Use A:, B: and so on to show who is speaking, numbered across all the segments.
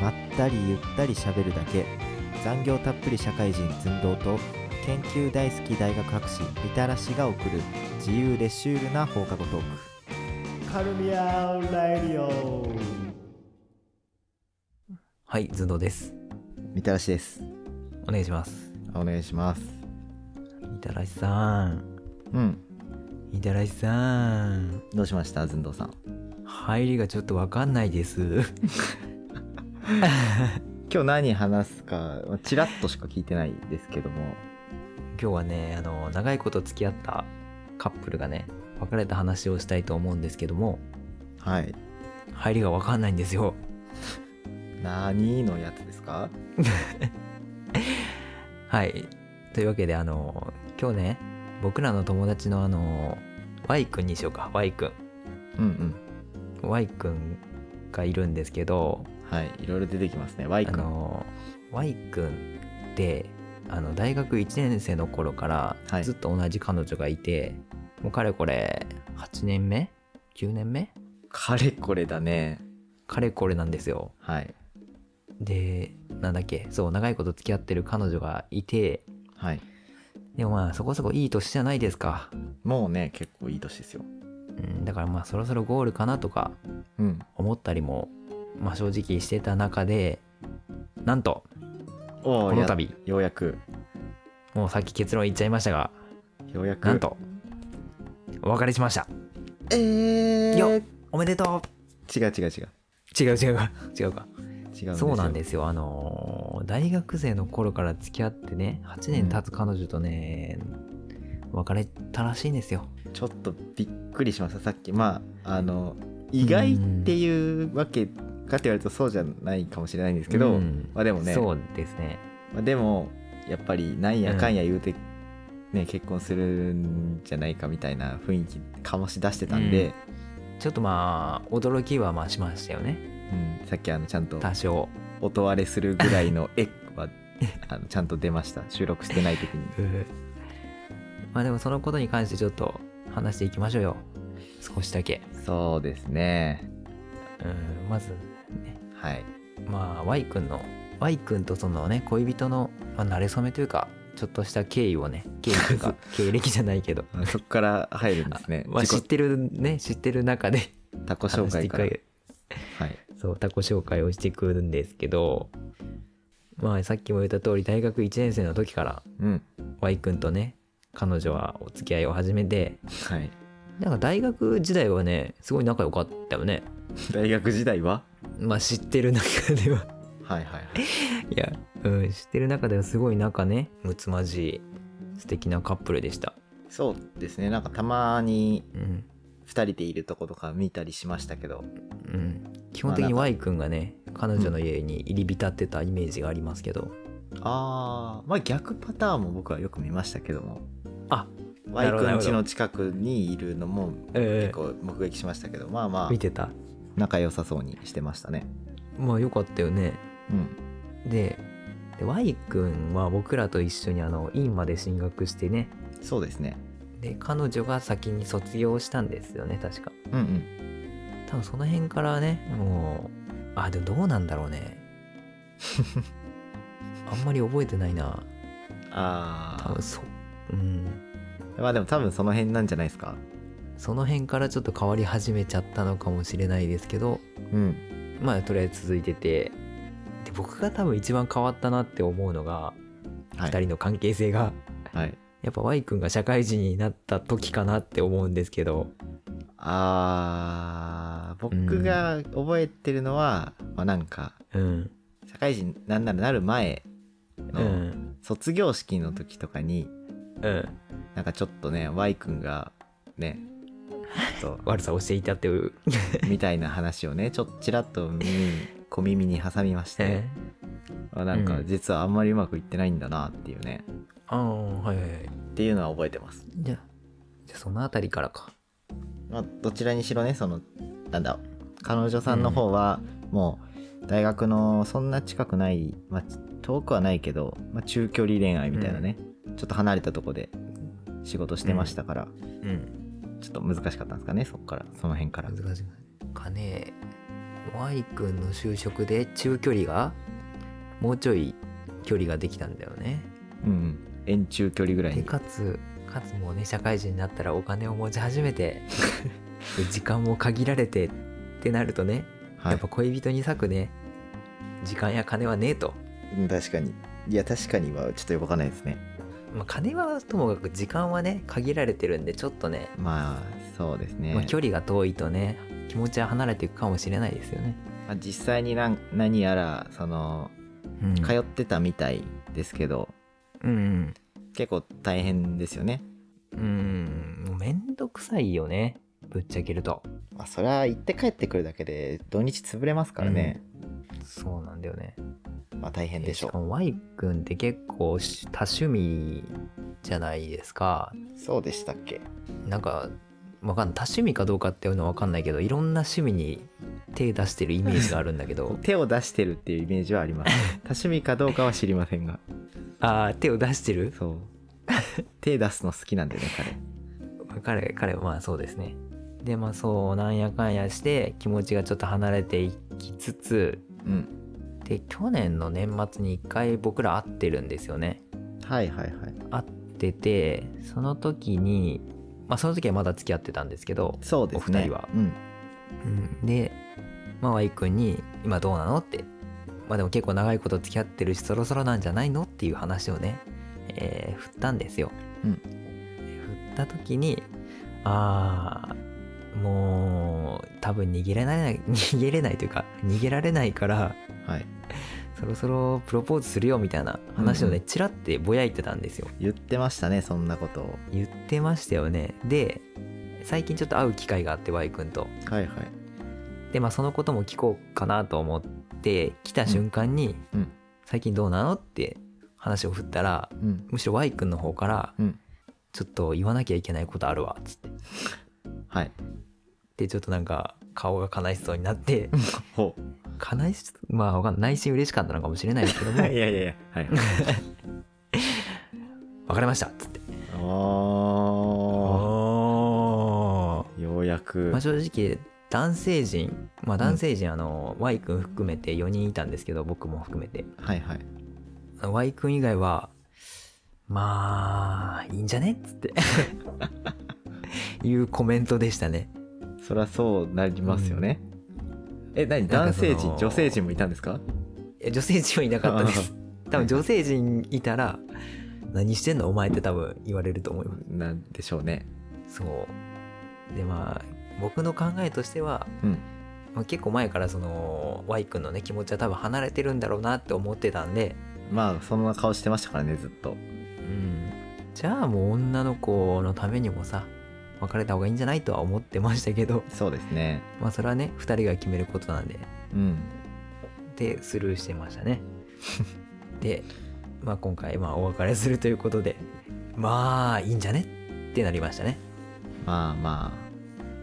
A: まったりゆったりしゃべるだけ残業たっぷり社会人寸胴と研究大好き大学博士みたらしが送る自由でシュールな放課後トーク
B: カルミアラディオ
C: はい、ズンドウです。
A: みたらしです
C: お願いします。
A: お願いします
C: みたらしさん、
A: うん
C: みたらしさん、
A: どうしましたずんどうさん
C: 入りがちょっとわかんないです。
A: 今日何話すかチラッとしか聞いてないですけども
C: 今日はね、あの長いこと付き合ったカップルがね、別れた話をしたいと思うんですけども、
A: はい
C: 入りがわかんないんですよ。
A: 何のやつですか
C: はい。というわけで、あの今日ね、僕らの友達のあの Y 君にしようか、Y 君。
A: うん
C: Y 君がいるんですけど、
A: うんはいいろいろ出てきますね Y
C: あの Y 君ってあの大学1年生の頃から
A: はい
C: ずっと同じ彼女がいて、もうかれこれ8年目9年目
A: かれこれだね
C: かれこれなんですよ
A: はい
C: でなんだっけそう長いこと付き合ってる彼女がいて
A: はい
C: でもまあそこそこいい年じゃないですか、
A: もうね結構いい年ですよ
C: うん、だからまあそろそろゴールかなとか
A: うん
C: 思ったりも、まあ、正直してた中でなんと
A: お
C: この度
A: ようやく
C: もうさっき結論言っちゃいましたが
A: ようやく
C: なんとお別れしました
A: えー、
C: よ
A: 違う
C: っおめでと
A: 違う違う
C: う違う違う か違うか
A: 違う
C: そうなんですすよあのー大学生の頃から付き合ってね8年経つ彼女とね、別れたらしいんですよ
A: ちょっとびっくりしましたさっきまああの意外っていうわけかって言われるとそうじゃないかもしれないんですけど、
C: うん
A: まあでもね
C: そうですね
A: まあ、でもやっぱりなんやかんや言うて、ね、結婚するんじゃないかみたいな雰囲気醸し出してたんで、
C: ちょっとまあ驚きはまあしましたよね
A: うんさっきあのちゃんと
C: 多少
A: 音割れするぐらい の「えっ」はあのちゃんと出ました収録してない時に
C: まあでもそのことに関してちょっと話していきましょうよ少しだけ、
A: そうですね
C: うん、まず
A: はい
C: まあ Y 君の Y 君とそのね恋人の、まあ、慣れ初めというかちょっとした経緯をね経緯 というか経歴じゃないけど、
A: あそこから入るん ですね
C: まあ、知っ
A: 自己
C: てるね知ってる中で
A: 他己紹介から
C: 話してい
A: はい
C: くそう他己紹介をしてくるんですけどまあさっきも言った通り大学1年生の時から
A: うん
C: Y 君とね彼女はお付き合いを始めて
A: はい
C: なんか大学時代はねすごい仲良かったよね
A: 大学時代は
C: まあ知ってる中では
A: はいはいはい
C: いや、うん、知ってる中ではすごい仲ねむつまじい素敵なカップルでした
A: そうですねなんかたまに
C: うん、
A: 2人でいるとことか見たりしましたけど
C: うん、基本的に
A: ま
C: Y 君がね彼女の家に入り浸ってたイメージがありますけど、
A: あーまあ逆パターンも僕はよく見ましたけども
C: あ
A: ワ
C: な
A: イ
C: るほど
A: 君家の近くにいるのも
C: え
A: 結構目撃しましたけど、まあまあ
C: 見てた
A: 仲良さそうにしてましたね
C: まあよかったよね
A: うん
C: でで Y 君は僕らと一緒にあの院まで進学してね
A: そうですね
C: で彼女が先に卒業したんですよね確か
A: うんうん
C: 多分その辺からねもうあでもどうなんだろうね あんまり覚えてないな多
A: あ
C: 分そうん
A: あまあでも多分その辺なんじゃないですか
C: その辺からちょっと変わり始めちゃったのかもしれないですけど
A: うん
C: まあとりあえず続いててで僕が多分一番変わったなって思うのが、
A: はい
C: 2人の関係性が
A: はい
C: やっぱ Y 君が社会人になった時かなって思うんですけど
A: あー僕が覚えてるのは、まあなんか
C: うん
A: 社会人なんならなる前
C: う
A: の
C: ん
A: 卒業式の時とかに、
C: うん
A: なんかちょっとね Y 君が ねちょっと
C: 悪さをしていたっていう、
A: みたいな話をねちょっとちらっと耳に小耳に挟みまして
C: え
A: あなんか
C: うん
A: 実はあんまりうまくいってないんだなっていうね
C: ああはいはいはい
A: っていうのは覚えてます、
C: じゃあじゃあその辺りからか
A: まあ、どちらにしろねそのなんだ彼女さんの方はもう大学のそんな近くない、まあ、遠くはないけど、まあ、中距離恋愛みたいなね、ちょっと離れたとこで仕事してましたから、
C: うん
A: ちょっと難しかったんですかねそっからその辺から
C: 難しくないかね Y 君の就職で中距離がもうちょい距離ができたんだよね。
A: うんうん円中距離ぐらい
C: で
A: に
C: かつかつもうね社会人になったらお金を持ち始め てで時間も限られてってなるとね、
A: は
C: や
A: い
C: っぱ恋人に割くね時間や金はねえと。
A: うん確かにいや確かにはちょっとよくわかんないですね
C: まあ、金はともかく時間はね限られてるんでちょっとね、
A: まあそうですね、
C: まあ、距離が遠いとね気持ちは離れていくかもしれないですよね。
A: まあ実際に何何やらその
C: うん、
A: 通ってたみたいですけど、
C: うん
A: 結構大変ですよね
C: うんうんもうめんどくさいよねぶっちゃけると。
A: まあそれは行って帰ってくるだけで土日潰れますからね、
C: そうなんだよね。
A: まあ大変でしょ
C: えかも Y 君って結構し多趣味じゃないですか。
A: うそうでしたっけ
C: なんかわかんない多趣味かどうかっていうのはわかんないけどいろんな趣味に手出してるイメージがあるんだけど
A: 手を出してるっていうイメージはあり ます多趣味かどうかは知りませんが
C: ああ手を出してる
A: そう 手出すの好きなんでね
C: 彼彼はまあそうですねでまあそうなんやかんやして気持ちがちょっと離れていきつつ
A: 彼うん
C: で去年の年末に1回僕ら会ってるんですよね
A: はいはいはい
C: 会っててその時にまあその時はまだ付き合ってたんですけど、
A: そうですね
C: お二人は
A: うん
C: うん、でまあ Y 君に「今どうなの?」ってまあでも結構長いこと付き合ってるしそろそろなんじゃないのっていう話をね、えー振ったんですよ、
A: うん
C: 振った時にああもう多分逃げれない 逃げれないというか逃げられないから
A: はい
C: そろそろプロポーズするよみたいな話を
A: うん
C: ね、
A: う
C: ちらってぼやいてたんですよ
A: 言ってましたねそんなことを
C: 言ってましたよねで最近ちょっと会う機会があって Y 君と
A: はいはい
C: でまあそのことも聞こうかなと思って来た瞬間に「
A: うんうん
C: 最近どうなの?」って話を振ったら
A: うん
C: むしろ Y 君の方から
A: うん
C: 「ちょっと言わなきゃいけないことあるわ」っつって
A: はい
C: でちょっとなんか顔が悲しそうになって
A: ほう
C: 悲しまあわかんない内心嬉しかったのかもしれないですけども
A: いやいやいや、はい、はい。
C: 「別れました」っつって
A: あ
C: お
A: あ、ようやく
C: まあ、。正直男性陣まあ男性陣、あの Y 君含めて4人いたんですけど僕も含めて
A: はいはい。
C: Y 君以外はまあいいんじゃねっつって いうコメントでしたね
A: そりゃそうなりますよね。え、何
C: なんか
A: 男
C: その
A: 性陣、女性陣もいたんですか
C: いや女性陣はいなかったです多分女性陣いたら何してんのお前って多分言われると思いま
A: なんでしょうね。
C: すそうでまあ僕の考えとしては、
A: うん
C: まあ結構前からその Y 君のね気持ちは多分離れてるんだろうなって思ってたんで
A: まあ、そんな顔してましたからね、ずっと。
C: うんじゃあもう女の子のためにもさ別れた方がいいんじゃないとは思ってましたけど
A: そうですね。
C: まあそれはね2人が決めることなんで
A: うん。
C: でスルーしてましたね で、まあ、今回まあお別れするということでまあいいんじゃねってなりましたね
A: まあま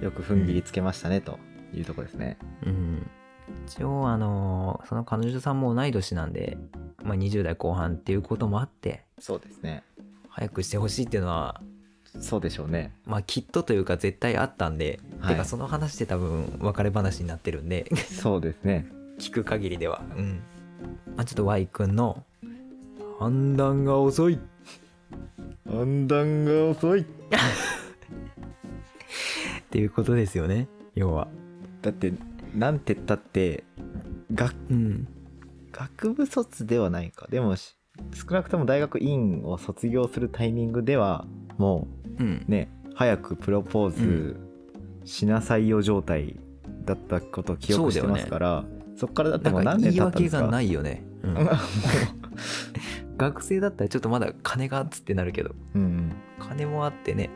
A: あ、よく踏ん切りつけましたね、というとこですね。
C: うん一応あのーその彼女さんも同い年なんで、まあ、20代後半っていうこともあって
A: そうですね。
C: 早くしてほしいっていうのは
A: そうでしょう ね。
C: まあきっとというか絶対あったんで、
A: はい
C: てかその話で多分別れ話になってるんで
A: そうですね。
C: 聞く限りではうん、まあ、ちょっと Y 君の判断が遅い
A: 判断が遅い。
C: っていうことですよね要は
A: だって、なんて言ったって、学
C: うん
A: 学部卒ではないかでもし少なくとも大学院を卒業するタイミングではも
C: うん
A: うね早くプロポーズしなさいよ状態だったことを記憶してますからそ,、っからだってもう
C: なん
A: 何
C: か
A: 年
C: 言
A: 経ったん
C: い訳
A: ですか
C: がないよね、うん学生だったらちょっとまだ金がっつってなるけど
A: うんうん、
C: 金もあってね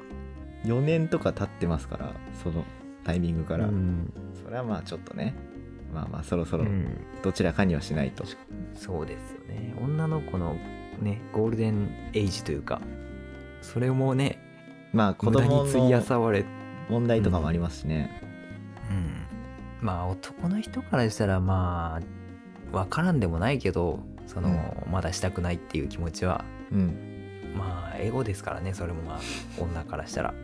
A: 4年とか経ってますからそのタイミングから、
C: うん
A: それはまあちょっとねまあまあそろそうろ
C: ん
A: どちらかにはしないと、
C: そうですよね女の子のねゴールデンエイジというかそれもね
A: まあ子
C: 無駄
A: 供
C: に費や
A: の
C: さわれ、
A: 問題とかもありますしね、
C: うん、まあ男の人からしたらまあわからんでもないけどその、まだしたくないっていう気持ちは
A: うん、
C: まあエゴですからねそれもまあ女からしたら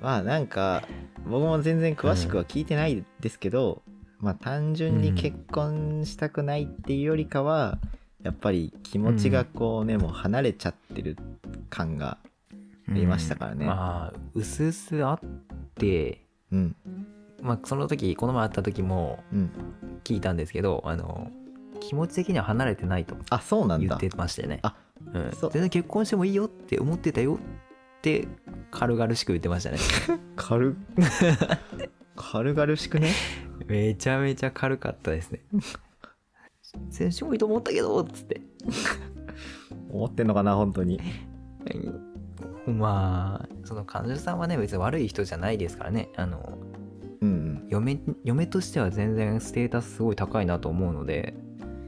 A: まあなんか僕も全然詳しくは聞いてないですけど、まあ単純に結婚したくないっていうよりかは、やっぱり気持ちがこうね、もう離れちゃってる感がありましたからね。
C: まあうすうすあって
A: うん、
C: まあその時この前会った時も
A: うん。
C: 聞いたんですけどあの気持ち的には離れてないと
A: あ、そうなん
C: 言
A: だ
C: っ。てましてね
A: あ
C: うん、
A: そう
C: 全然結婚してもいいよって思ってたよって軽々しく言って ましたね
A: 軽、 軽々しくね。
C: めちゃめちゃ軽かったですね 全然もいいと思ったけどっつって
A: 思ってんのかな、本当に。
C: まあその彼女さんはね別に悪い人じゃないですからねあの
A: うん
C: 嫁嫁としては全然ステータスすごい高いなと思うので、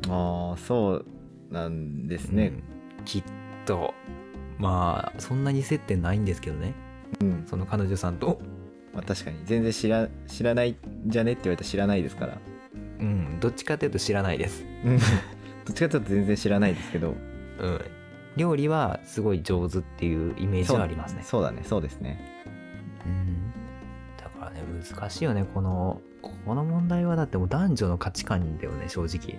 A: うん。ああ、そうなんですね。
C: うんきっとまあそんなに接点ないんですけどね
A: うん。
C: その彼女さんと、
A: まあ確かに、全然知ら、知らないじゃねって言われたら知らないですから。
C: うん、どっちかというと知らないです、
A: うん。ど っちかというと全然知らないですけど。
C: うん、料理はすごい上手っていうイメージ
A: そう
C: はありますね
A: そうだね、そうですね。
C: うんだからね難しいよねこのこの問題はだってもう男女の価値観だよね正直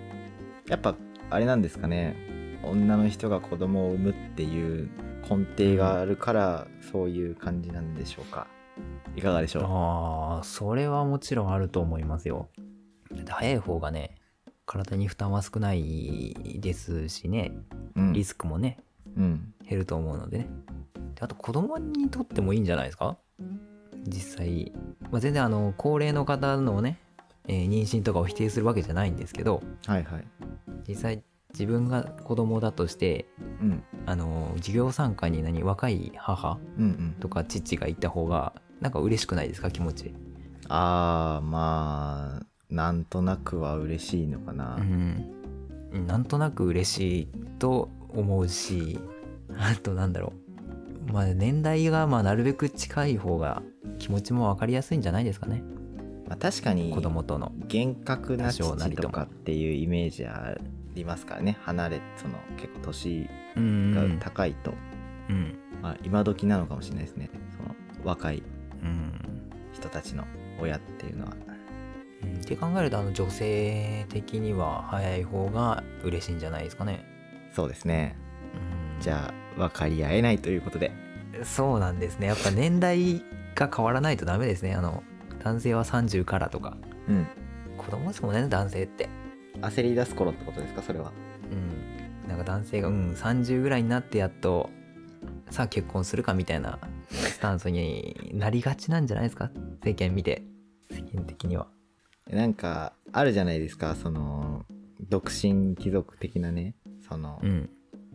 A: やっぱ、あれなんですかね。女の人が子供を産むっていう根底があるから、そういう感じなんでしょうか。いかがでしょ
C: ああそれはもちろんあると思いますよだって早い方がね体に負担は少ないですしね
A: う。うん
C: リスクもね
A: うん。
C: 減ると思うのでねであと子供にとってもいいんじゃないですか実際、まあ、全然あの高齢の方のね、えー妊娠とかを否定するわけじゃないんですけど
A: はいはい。
C: 実際自分が子供だとして
A: うん。
C: あの授業参加に何若い母
A: うんうん。
C: とか父がいた方がなんか嬉しくないですか気持ち、
A: ああ、まあ、なんとなくは嬉しいのかな。
C: うん、なんとなく嬉しいと思うしあとなんだろうまあ年代がまあなるべく近い方が気持ちも分かりやすいんじゃないですかね
A: まあ、確かに
C: 子供との
A: 厳格な
C: 多少な
A: 父
C: りと
A: と
C: も
A: かっていうイメージありますからね離れその結構年
C: うん
A: が
C: うん
A: 高いと、
C: うん、
A: まあ、今時なのかもしれないですねその若い
C: うん
A: 人たちの親っていうのは
C: うんって考えるとあの女性的には早い方が嬉しいんじゃないですかね、
A: そうですね
C: うん、
A: じゃあ分かり合えないということで
C: そうなんですねやっぱ年代が変わらないとダメですねあの男性は30からとか
A: うん
C: 子供ですもんね男性って
A: 焦り出す頃ってことですかそれは
C: うんなんか男性がうん30ぐらいになってやっとさあ結婚するかみたいなスタンスになりがちなんじゃないですか世間見て世間的には
A: なんかあるじゃないですかその独身貴族的なねその、
C: うん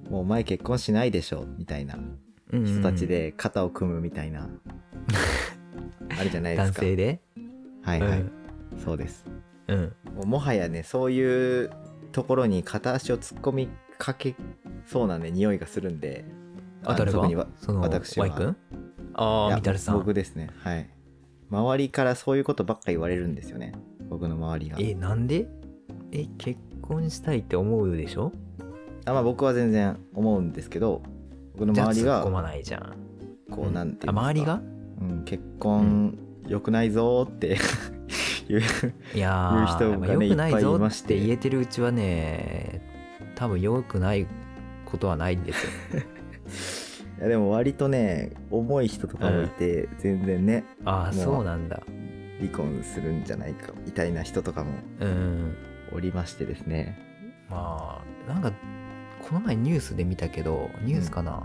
A: もうお前結婚しないでしょみたいな
C: うん
A: 人たちで肩を組むみたい な、あるじゃないです
C: 男
A: か
C: 性で
A: はいはい、
C: うん
A: そうです
C: うん
A: もうもはやねそういうところに片足を突っ込みかけそうなね匂いがするんで
C: あ誰
A: 特に
C: が
A: わ
C: その
A: 私は
C: Y 君あ
A: い
C: あ
A: や
C: みたるさん
A: 僕ですねはい周りからそういうことばっか言われるんですよね僕の周りが
C: えなんでえ結婚したいって思うでしょ
A: あまあ僕は全然思うんですけど僕の
C: じゃあ
A: 周り
C: 突っ込ま
A: が
C: ないじゃん
A: こうなんていうん
C: あ
A: ですか
C: 周りが
A: うん、結婚良くないぞーって 言う
C: いやー
A: 言う人がね
C: よくな
A: い
C: い
A: っぱい
C: ぞ
A: いま
C: っ
A: して
C: て言えてるうちはね多分よくないことはないんですよ
A: いやでも割とね重い人とかもいて、全然ね
C: ああ
A: もう
C: そうなんだ
A: 離婚するんじゃないかみたいな人とかも
C: うん
A: おりましてですね
C: まあなんかこの前ニュースで見たけどニュースかな、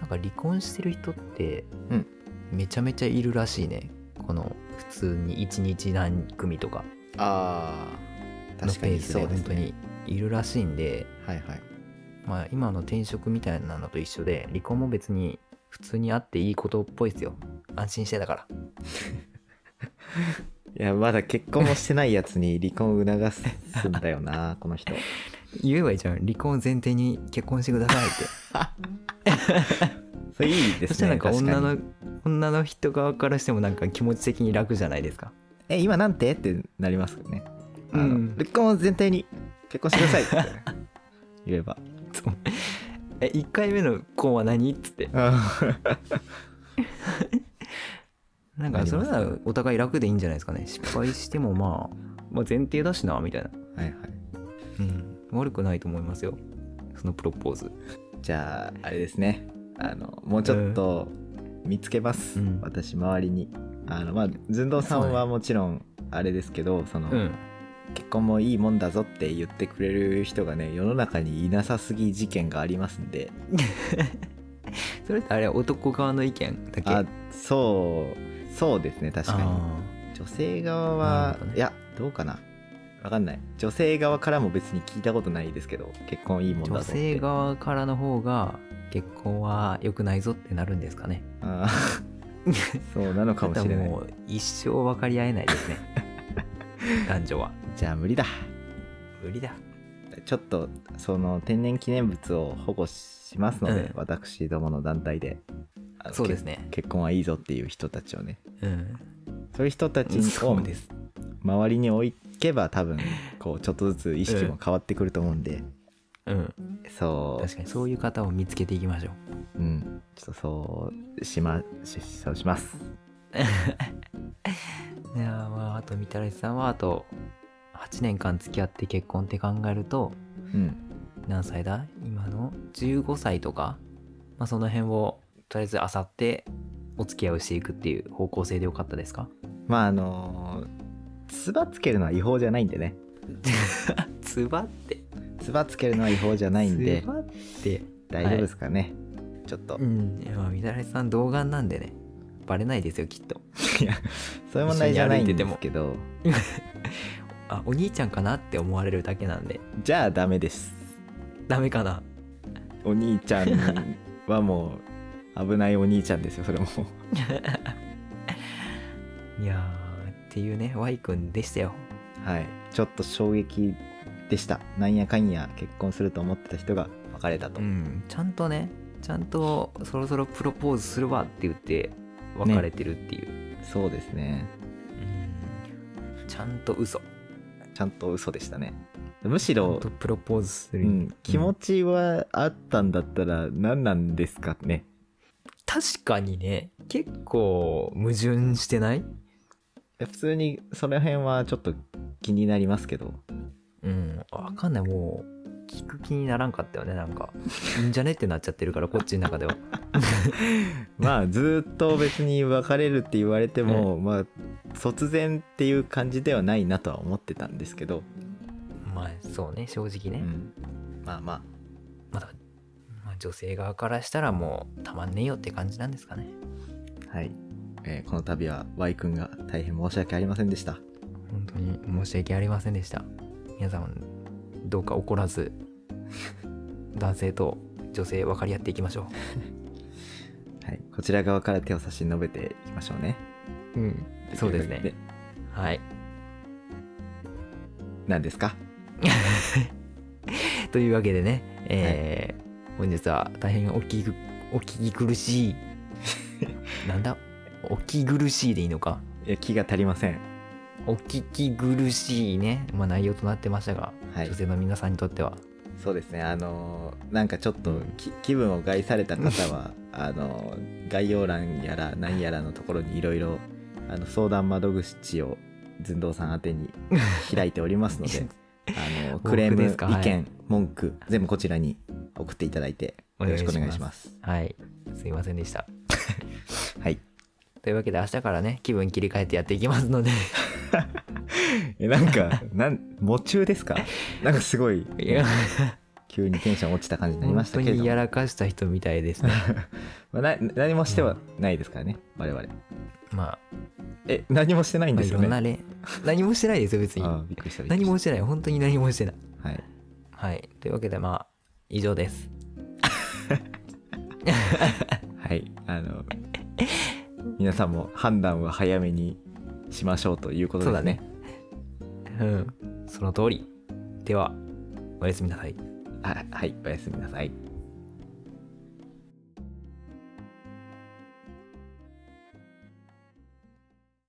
C: なんか離婚してる人って
A: うん
C: めちゃめちゃいるらしいねこの普通に1日何組とか
A: ああ
C: の
A: 確か
C: ペー
A: に
C: ス
A: そ
C: で
A: うで
C: 本
A: す
C: 当
A: ね
C: にいるらしいんで
A: はいはい
C: まあ今の転職みたいなのと一緒で離婚も別に普通にあっていいことっぽいですよ安心してだから
A: いやまだ結婚もしてないやつに離婚を促すんだよ なこの人
C: 言えばいいじゃん離婚前提に結婚してくださいって
A: それいいで
C: そし
A: す
C: たら
A: ね
C: なんか
A: 確
C: 女
A: かに
C: の女の人側からしてもなんか気持ち的に楽じゃないですか
A: え今なんてってなりますよねあの、
C: うん
A: 離婚を前提に結婚してくださいって 言えば
C: え1回目の婚は何っつってなん
A: な
C: か
A: り
C: そ
A: ま
C: れ
A: す
C: ならお互い楽でいいんじゃないですかね失敗してもまあまあ、前提だしなみたいな、
A: はいはい
C: うん、悪くないと思いますよそのプロポーズ
A: じゃああれですねあのもうちょっと見つけます、
C: うん
A: 私周りにあのまあ寸胴さんはもちろんあれですけどその、
C: うん
A: 結婚もいいもんだぞって言ってくれる人がね世の中にいなさすぎ事件がありますんで
C: それってあれ男側の意見だけ
A: あそうそうですね確かに
C: あ
A: 女性側
C: な
A: は
C: る、ほどね
A: いやどうかなわかんない女性側からも別に聞いたことないですけど結婚いいも
C: ー
A: んだぞ
C: 女
A: って
C: 性側からの方が結婚は良くないぞってなるんですかね
A: あー そうなのかもしれ
C: だ
A: な
C: ら
A: い
C: もう一生分かり合えない ですね男女は
A: じゃあ無理だ
C: 無理だ
A: ちょっとその天然記念物を保護しますので、
C: うん
A: 私どもの団体であの
C: そうです
A: け
C: ね
A: 結婚はいいぞっていう人たちをね
C: うん
A: そういう人たち
C: そう
A: を
C: です
A: 周りに置いけば多分こうちょっとずつ意識も変わってくると思うんで、
C: うん
A: そう
C: 確かにそういう方を見つけていきましょう
A: うんちょっとそうしましそうします
C: いやーまああとみたらしさんはあと8年間付き合って結婚って考えると
A: うん
C: 何歳だ今の15歳とか、まあ、その辺をとりあえずあさってお付き合いをしていくっていう方向性でよかったですか
A: まああのつばつけるのは違法じゃないんでね
C: つばって
A: つばつけるのは違法じゃないんで
C: つばって
A: 大丈夫ですかね、ちょっと
C: うんいやまあみたらしさん童顔なんでねバレないですよきっと
A: そういう問題じゃないん
C: 一緒に歩いて
A: で
C: ても
A: すけど
C: あお兄ちゃんかなって思われるだけなんで
A: じゃあダメです
C: ダメかな
A: お兄ちゃんはもう危ないお兄ちゃんですよそれも
C: いやーっていうね Y 君でしたよ
A: はいちょっと衝撃でしたなんやかんや結婚すると思ってた人が別れたと、
C: うん、ちゃんとねちゃんとそろそろプロポーズするわって言って別れてるっていう、
A: そうですね
C: うんちゃんと嘘
A: ちゃんと嘘でしたねむし
C: ちゃん
A: ろ
C: と、プロポーズす
A: う
C: る、
A: ん、気持ちはあったんだったら何なんですかね
C: 確かにね結構矛盾してない
A: 普通にその辺はちょっと気になりますけど
C: うん分かんないもう聞く気にならんかったよねなんかいいんじゃねってなっちゃってるからこっちの中では
A: まあずーっと別に別れるって言われても、まあ突然っていう感じではないなとは思ってたんですけど、
C: まあそうね正直
A: う
C: ね、
A: ん、まあまあ
C: まだ、まあ、女性側からしたらもうたまんねえよって感じなんですかね
A: はい、えーこの度は Y 君が大変申し訳ありませんでした
C: 本当に申し訳ありませんでした皆様どうか怒らず 男性と女性分かり合っていきましょ
A: はい、こちら側から手を差し伸べていきましょうね
C: ううんそうですね
A: で
C: はい
A: 何ですか
C: というわけでね、えー本日は大変お聞きお聞き苦し いなんだお聞き苦しいでいいのか
A: いや気が足りません
C: お聞き苦しいね、まあ、内容となってましたが、
A: はい
C: 女性の皆さんにとっては
A: そうですねあのーなんかちょっと
C: うん
A: き気分を害された方 はあのー概要欄やら何やらのところにいろいろあの相談窓口を寸胴さん宛てに 開いておりますのであのークレーム
C: 僕ですかはい
A: 意見文句全部こちらに送っていただいて
C: お
A: よ
C: 願
A: ろ
C: いし
A: し
C: ま
A: くお
C: す
A: 願いします。
C: はいすいませんでした
A: はい、
C: というわけで明日からね気分切り替えてやっていきます ので
A: えなん かなん夢中ですかなんかすごい
C: いや
A: 急にテンション落ちた感じになりま
C: 本
A: した
C: 当
A: けれど
C: に
A: も
C: やらかした人みた いですね
A: まあ、な何もしてはないですからね、我々
C: ま
A: え何もしてない
C: あ、
A: ん
C: まあ
A: で
C: い
A: す
C: ろ
A: よね、
C: んな例何もしてないですよ別に
A: あーびっくりしたびっくり
C: 何
A: した
C: もしてない本当に何もしてない
A: はい
C: はいというわけでまあ以上です
A: はいあの皆さんも判断は早めにしましょうということです
C: そうだねうんその通りではおやすみなさい
A: ねははいおやすみなさい